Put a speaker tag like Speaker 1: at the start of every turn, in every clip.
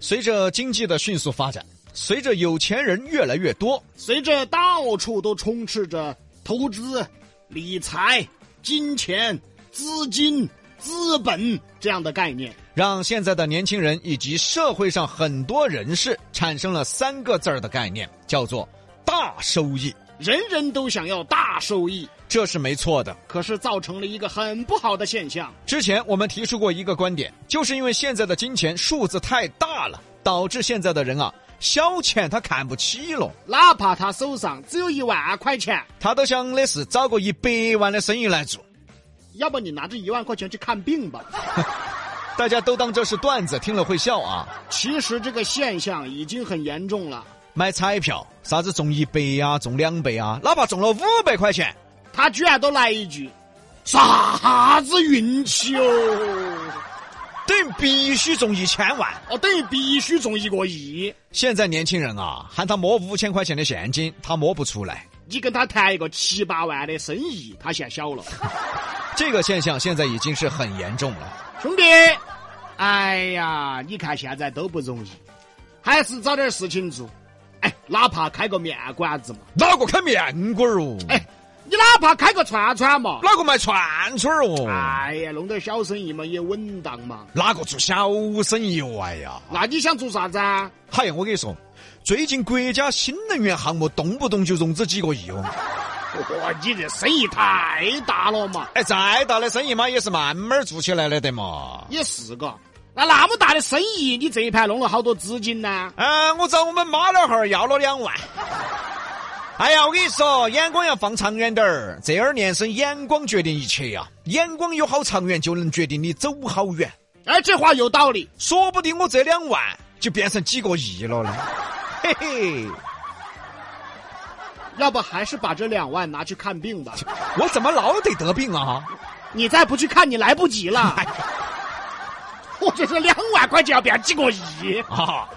Speaker 1: 随着经济的迅速发展，随着有钱人越来越多，
Speaker 2: 随着到处都充斥着投资、理财、金钱、资金、资本这样的概念，
Speaker 1: 让现在的年轻人以及社会上很多人士产生了三个字儿的概念，叫做“大收益
Speaker 2: 人人都想要大收益，”，
Speaker 1: 这是没错的。
Speaker 2: 可是造成了一个很不好的现象。
Speaker 1: 之前我们提出过一个观点，就是因为现在的金钱数字太大了，导致现在的人啊，消遣他看不起了，
Speaker 2: 哪怕他手上只有一万块钱，
Speaker 1: 他都想的是找个一百万的生意来做。
Speaker 2: 要不你拿着一万块钱去看病吧。
Speaker 1: 大家都当这是段子，听了会笑啊。
Speaker 2: 其实这个现象已经很严重了，
Speaker 1: 买彩票，啥子中一百呀，中两百啊，哪怕中了五百块钱，
Speaker 2: 他居然都来一句：“啥子运气哦
Speaker 1: 等于必须中一千万。！”
Speaker 2: 哦，等于必须中一个亿。
Speaker 1: 现在年轻人啊，喊他摸五千块钱的现金，他摸不出来。
Speaker 2: 你跟他谈一个七八万的生意，他嫌小了。
Speaker 1: 这个现象现在已经是很严重了。
Speaker 2: 兄弟，哎呀，你看现在都不容易，还是找点事情做。哎，哪怕开个面馆子嘛，
Speaker 1: 哪个开面馆儿哦？
Speaker 2: 哎，你哪怕开个串串嘛，
Speaker 1: 哪个卖串串儿哦？
Speaker 2: 哎呀，弄点小生意嘛也稳当嘛。
Speaker 1: 哪个做小生意哦？哎呀，
Speaker 2: 那你想做啥子啊？
Speaker 1: 嗨，我跟你说，最近国家新能源项目动不动就融资几个亿哦。
Speaker 2: 哇，你这生意太大了嘛！
Speaker 1: 哎，再大的生意嘛，也是慢慢儿做起来的得嘛。
Speaker 2: 也是个，那那么大的生意，你这一盘弄了好多资金呢？
Speaker 1: 嗯，我找我们妈老汉儿要了两万。哎呀，我跟你说，眼光要放长远点儿。这二年生，眼光决定一切呀、眼光有好长远，就能决定你走好远。
Speaker 2: 哎，这话有道理。
Speaker 1: 说不定我这两万就变成几个亿了呢。嘿嘿，
Speaker 2: 要不还是把这两万拿去看病吧？
Speaker 1: 我怎么老得得病啊？
Speaker 2: 你再不去看，你来不及 了。我这是两万块钱要变几个亿。
Speaker 1: 啊，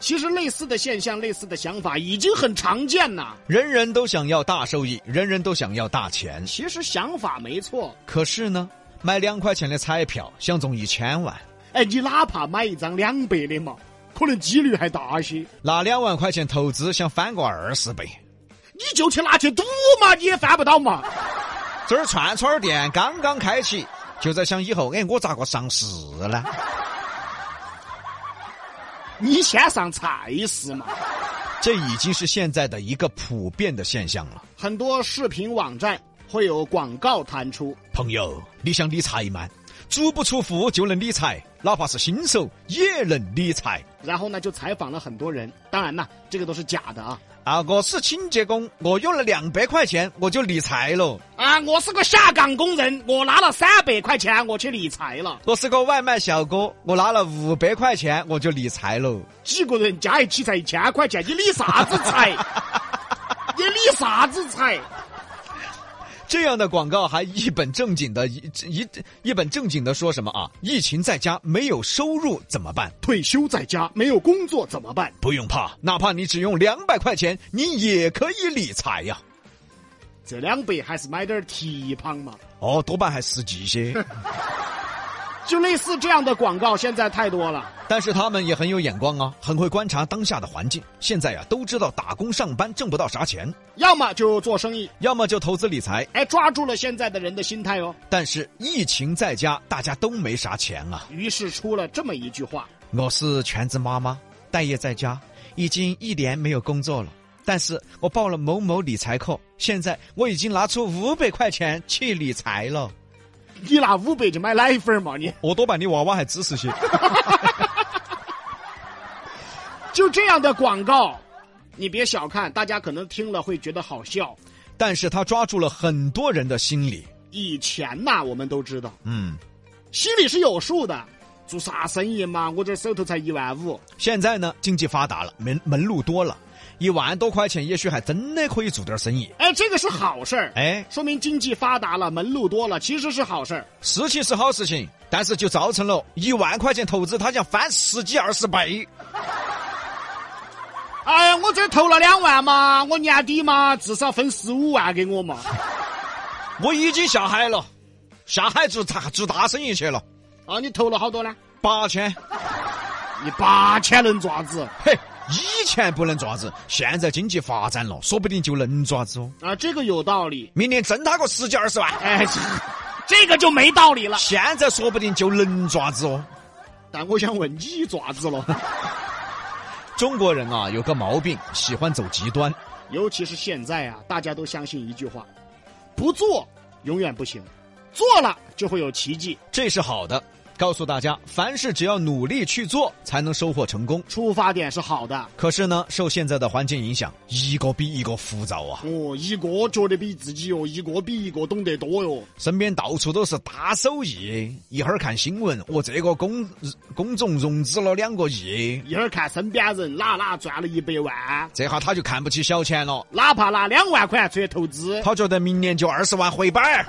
Speaker 2: 其实类似的现象、类似的想法已经很常见了。
Speaker 1: 人人都想要大收益，人人都想要大钱。
Speaker 2: 其实想法没错，
Speaker 1: 可是呢，买两块钱的彩票想中一千万，
Speaker 2: 哎，你哪怕买一张两百的嘛，可能几率还大些。
Speaker 1: 拿两万块钱投资想翻个二十倍。
Speaker 2: 你就去拿去赌嘛，你也翻不到嘛。
Speaker 1: 这儿串串儿店刚刚开启，就在想以后，哎，我咋个上市呢？
Speaker 2: 你先上菜市嘛。
Speaker 1: 这已经是现在的一个普遍的现象了。
Speaker 2: 很多视频网站会有广告弹出，
Speaker 1: 朋友，你想理财吗？足不出户就能理财，哪怕是新手也能理财。
Speaker 2: 然后呢就采访了很多人。当然呢，这个都是假的啊！
Speaker 1: 啊，我是清洁工，我有了两百块钱，我就理财了。
Speaker 2: 啊，我是个下岗工人，我拿了三百块钱，我去理财了。
Speaker 1: 我是个外卖小哥，我拿了五百块钱，我就理财了。
Speaker 2: 几个人加一起才一千块钱，你理啥子 财？你理啥子财？
Speaker 1: 这样的广告还一本正经的一一一本正经的说什么啊？疫情在家没有收入怎么办？
Speaker 2: 退休在家没有工作怎么办？
Speaker 1: 不用怕，哪怕你只用两百块钱，你也可以理财呀。
Speaker 2: 这两百还是买点儿蹄膀嘛。
Speaker 1: 哦，多半还实际些，
Speaker 2: 就类似这样的广告，现在太多了。
Speaker 1: 但是他们也很有眼光啊，很会观察当下的环境。现在呀、都知道打工上班挣不到啥钱，
Speaker 2: 要么就做生意，
Speaker 1: 要么就投资理财。
Speaker 2: 哎，抓住了现在的人的心态哦。
Speaker 1: 但是疫情在家，大家都没啥钱啊。
Speaker 2: 于是出了这么一句话：
Speaker 1: 我是全职妈妈，待业在家，已经一年没有工作了。但是我报了某某理财课，现在我已经拿出五百块钱去理财了。
Speaker 2: 你拿五百就买奶粉儿嘛你？
Speaker 1: 我多半你娃娃还支持些。
Speaker 2: 就这样的广告，你别小看，大家可能听了会觉得好笑。
Speaker 1: 但是他抓住了很多人的心理。
Speaker 2: 以前呐、我们都知道，
Speaker 1: 嗯，
Speaker 2: 心里是有数的。做啥生意嘛？我这手头才一万五，
Speaker 1: 现在呢，经济发达了，门门路多了，一万多块钱，也许还真的可以做点生意。
Speaker 2: 哎，这个是好事儿，
Speaker 1: 哎，
Speaker 2: 说明经济发达了，门路多了，其实是好事儿。
Speaker 1: 事情是好事情，但是就造成了一万块钱投资，他想翻十几二十倍。
Speaker 2: 哎，我这投了两万嘛，我年底嘛至少分十五万给我嘛。
Speaker 1: 我已经下海了，下海做大做大生意去了，
Speaker 2: 啊，你投了好多呢？
Speaker 1: 八千。
Speaker 2: 你八千能爪子
Speaker 1: 嘿，以前不能爪子，现在经济发展了，说不定就能爪子哦。
Speaker 2: 啊？这个有道理。
Speaker 1: 明年挣他个十几二十万，
Speaker 2: 哎，这这个就没道理了。
Speaker 1: 现在说不定就能爪子哦。
Speaker 2: 但我想问你爪子了，
Speaker 1: 中国人啊，有个毛病，喜欢走极端。
Speaker 2: 尤其是现在啊，大家都相信一句话：不做永远不行，做了就会有奇迹。
Speaker 1: 这是好的。告诉大家，凡事只要努力去做，才能收获成功。
Speaker 2: 出发点是好的，
Speaker 1: 可是呢，受现在的环境影响，一个比一个浮躁啊，
Speaker 2: 哦，一个觉得比自己哟，一个比一个懂得多哟。
Speaker 1: 身边到处都是大手艺。一会儿看新闻，我这个公公众融资了两个亿，
Speaker 2: 一会儿看身边人哪哪赚了一百万，
Speaker 1: 这下他就看不起小钱了，
Speaker 2: 哪怕拿两万块出去投资，
Speaker 1: 他觉得明年就二十万回本儿，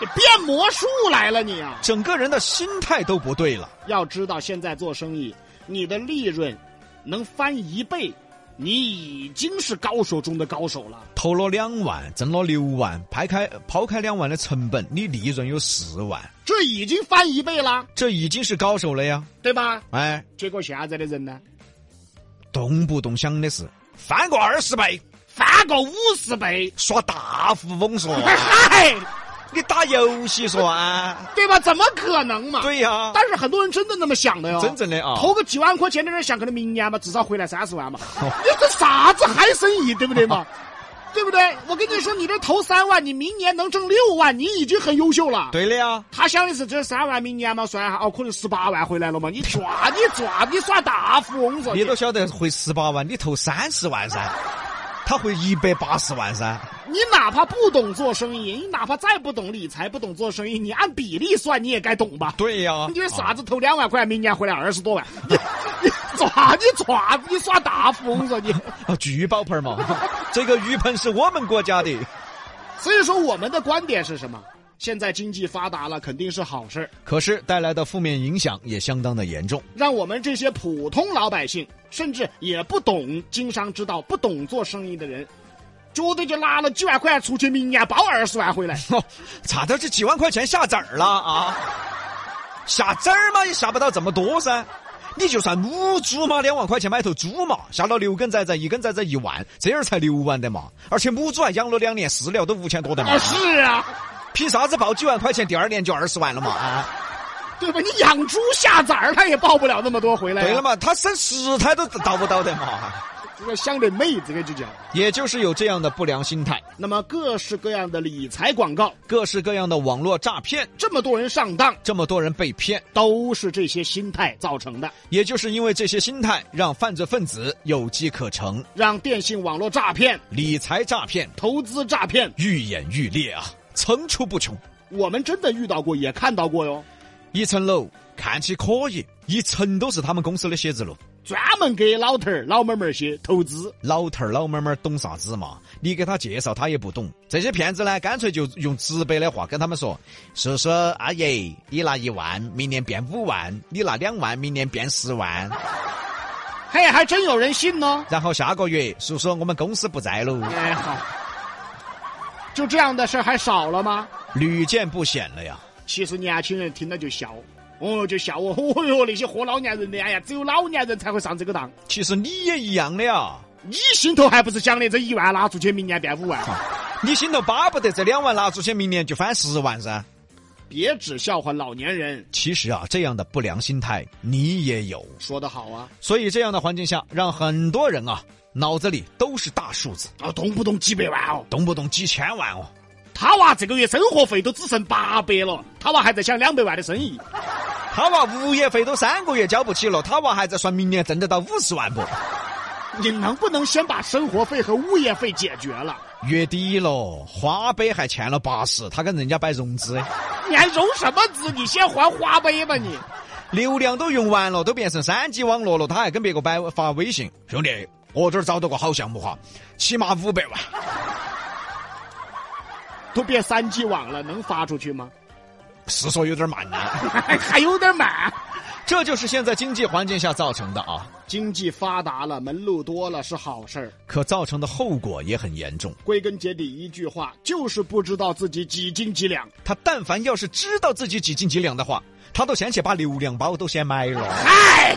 Speaker 2: 你变魔术来了你啊！
Speaker 1: 整个人的心态都不对了。
Speaker 2: 要知道现在做生意，你的利润能翻一倍，你已经是高手中的高手了。
Speaker 1: 投了两万，挣了六万，排开抛开两万的成本，你利润有四万，
Speaker 2: 这已经翻一倍了，
Speaker 1: 这已经是高手了呀！
Speaker 2: 对吧？
Speaker 1: 哎，
Speaker 2: 结果现在的人呢，
Speaker 1: 动不动想的是翻个二十倍，
Speaker 2: 翻个五十倍，
Speaker 1: 耍大富翁 说，
Speaker 2: 嗨，
Speaker 1: 你打游戏说啊？
Speaker 2: 对吧？怎么可能嘛？
Speaker 1: 对呀、啊
Speaker 2: 但是很多人真的那么想的哟，
Speaker 1: 真正的啊，
Speaker 2: 投个几万块钱在那儿想，可能明年嘛，至少回来三十 万嘛。你这啥子嗨生意，对不对嘛？对不对？我跟你说，你这投三万，你明年能挣六万，你已经很优秀了。
Speaker 1: 对的呀，
Speaker 2: 他想的是这三万明年嘛，算一下哦，可能十八万回来了嘛。你抓你抓，你耍大富翁嗦。
Speaker 1: 你都晓得回十八万，你投三十万噻，他回一百八十万噻。
Speaker 2: 你哪怕不懂做生意，你哪怕再不懂理财、不懂做生意，你按比例算，你也该懂吧？
Speaker 1: 对呀、啊
Speaker 2: 你这傻子投两万块，明年回来二十多万，你你抓你抓你耍大富翁嗦你。
Speaker 1: 啊，聚宝盆 嘛，这个浴盆是我们国家的。
Speaker 2: 所以说，我们的观点是什么？现在经济发达了，肯定是好事儿，
Speaker 1: 可是带来的负面影响也相当的严重。
Speaker 2: 让我们这些普通老百姓，甚至也不懂经商之道、不懂做生意的人，觉得就拿了几万块出去，明年包二十万回来，
Speaker 1: 哦，差点这几万块钱下子儿了啊！下子儿嘛也下不到这么多噻。你就算母猪嘛，两万块钱买头猪嘛，下到六根崽崽，一根崽崽一万，这儿才六万的嘛。而且母猪还养了两年，饲料都五千多的嘛
Speaker 2: 啊，，是啊，
Speaker 1: 凭啥子报几万块钱，第二年就二十万了嘛？
Speaker 2: 哎
Speaker 1: 啊，
Speaker 2: 对吧？你养猪下崽儿，他也抱不了那么多回来、啊
Speaker 1: 对了？嘛，他生十胎都到不到的嘛。
Speaker 2: 这个相对妹，这个就叫。
Speaker 1: 也就是有这样的不良心态，
Speaker 2: 那么各式各样的理财广告，
Speaker 1: 各式各样的网络诈骗，
Speaker 2: 这么多人上当，
Speaker 1: 这么多人被骗，
Speaker 2: 都是这些心态造成的，
Speaker 1: 也就是因为这些心态，让犯罪分子有机可乘，
Speaker 2: 让电信网络诈骗、
Speaker 1: 理财诈骗
Speaker 2: 投资诈骗。
Speaker 1: 愈演愈烈啊，层出不穷。
Speaker 2: 我们真的遇到过，也看到过哟，
Speaker 1: 一层楼看起可以，一层都是他们公司的写字楼。
Speaker 2: 专门给老头儿、老妹妹儿些投资，
Speaker 1: 老头儿老妹妹儿懂啥子嘛？你给他介绍，他也不懂。这些骗子呢，干脆就用直白的话跟他们说：“叔叔阿姨，你拿一万，明年变五万；你拿两万，明年变十万。
Speaker 2: 嘿，还真有人信呢。
Speaker 1: 然后下个月，叔叔我们公司不在喽，
Speaker 2: 哎，好，就这样的事儿还少了吗？
Speaker 1: 屡见不鲜了呀。
Speaker 2: 其实年轻人听了就笑，哦，就笑哦，哦哟，那些活老年人的，哎呀，只有老年人才会上这个当。
Speaker 1: 其实你也一样的呀，
Speaker 2: 你心头还不是想的这一万拿出去，明年变五万？
Speaker 1: 你心头巴不得这两万拿出去，明年就翻十万噻。
Speaker 2: 别只笑话老年人，
Speaker 1: 其实啊，这样的不良心态你也有，
Speaker 2: 说得好啊，
Speaker 1: 所以这样的环境下，让很多人啊脑子里都是大数字，
Speaker 2: 啊，动不动几百万哦。
Speaker 1: 动不动几千万哦。
Speaker 2: 他娃这个月生活费都只剩八百了，他娃还在想两百万的生意。
Speaker 1: 他娃物业费都三个月交不起了，他娃还在算明年挣得到五十万不？
Speaker 2: 你能不能先把生活费和物业费解决了？
Speaker 1: 月底了，花呗还欠了八十，他跟人家摆融资，
Speaker 2: 你还揉什么资？你先还花呗吧你！
Speaker 1: 流量都用完了，都变成三 G 网络了，他还跟别个摆发微信，兄弟，我这儿找到个好项目哈，起码五百万。
Speaker 2: 都变三 G 网了，能发出去吗？
Speaker 1: 是说有点慢呢，
Speaker 2: 还有点慢。
Speaker 1: 这就是现在经济环境下造成的啊，
Speaker 2: 经济发达了，门路多了是好事儿。
Speaker 1: 可造成的后果也很严重。
Speaker 2: 归根结底，一句话就是不知道自己几斤几两。
Speaker 1: 他但凡要是知道自己几斤几两的话，他都先去把流量包都先买了。
Speaker 2: 哎，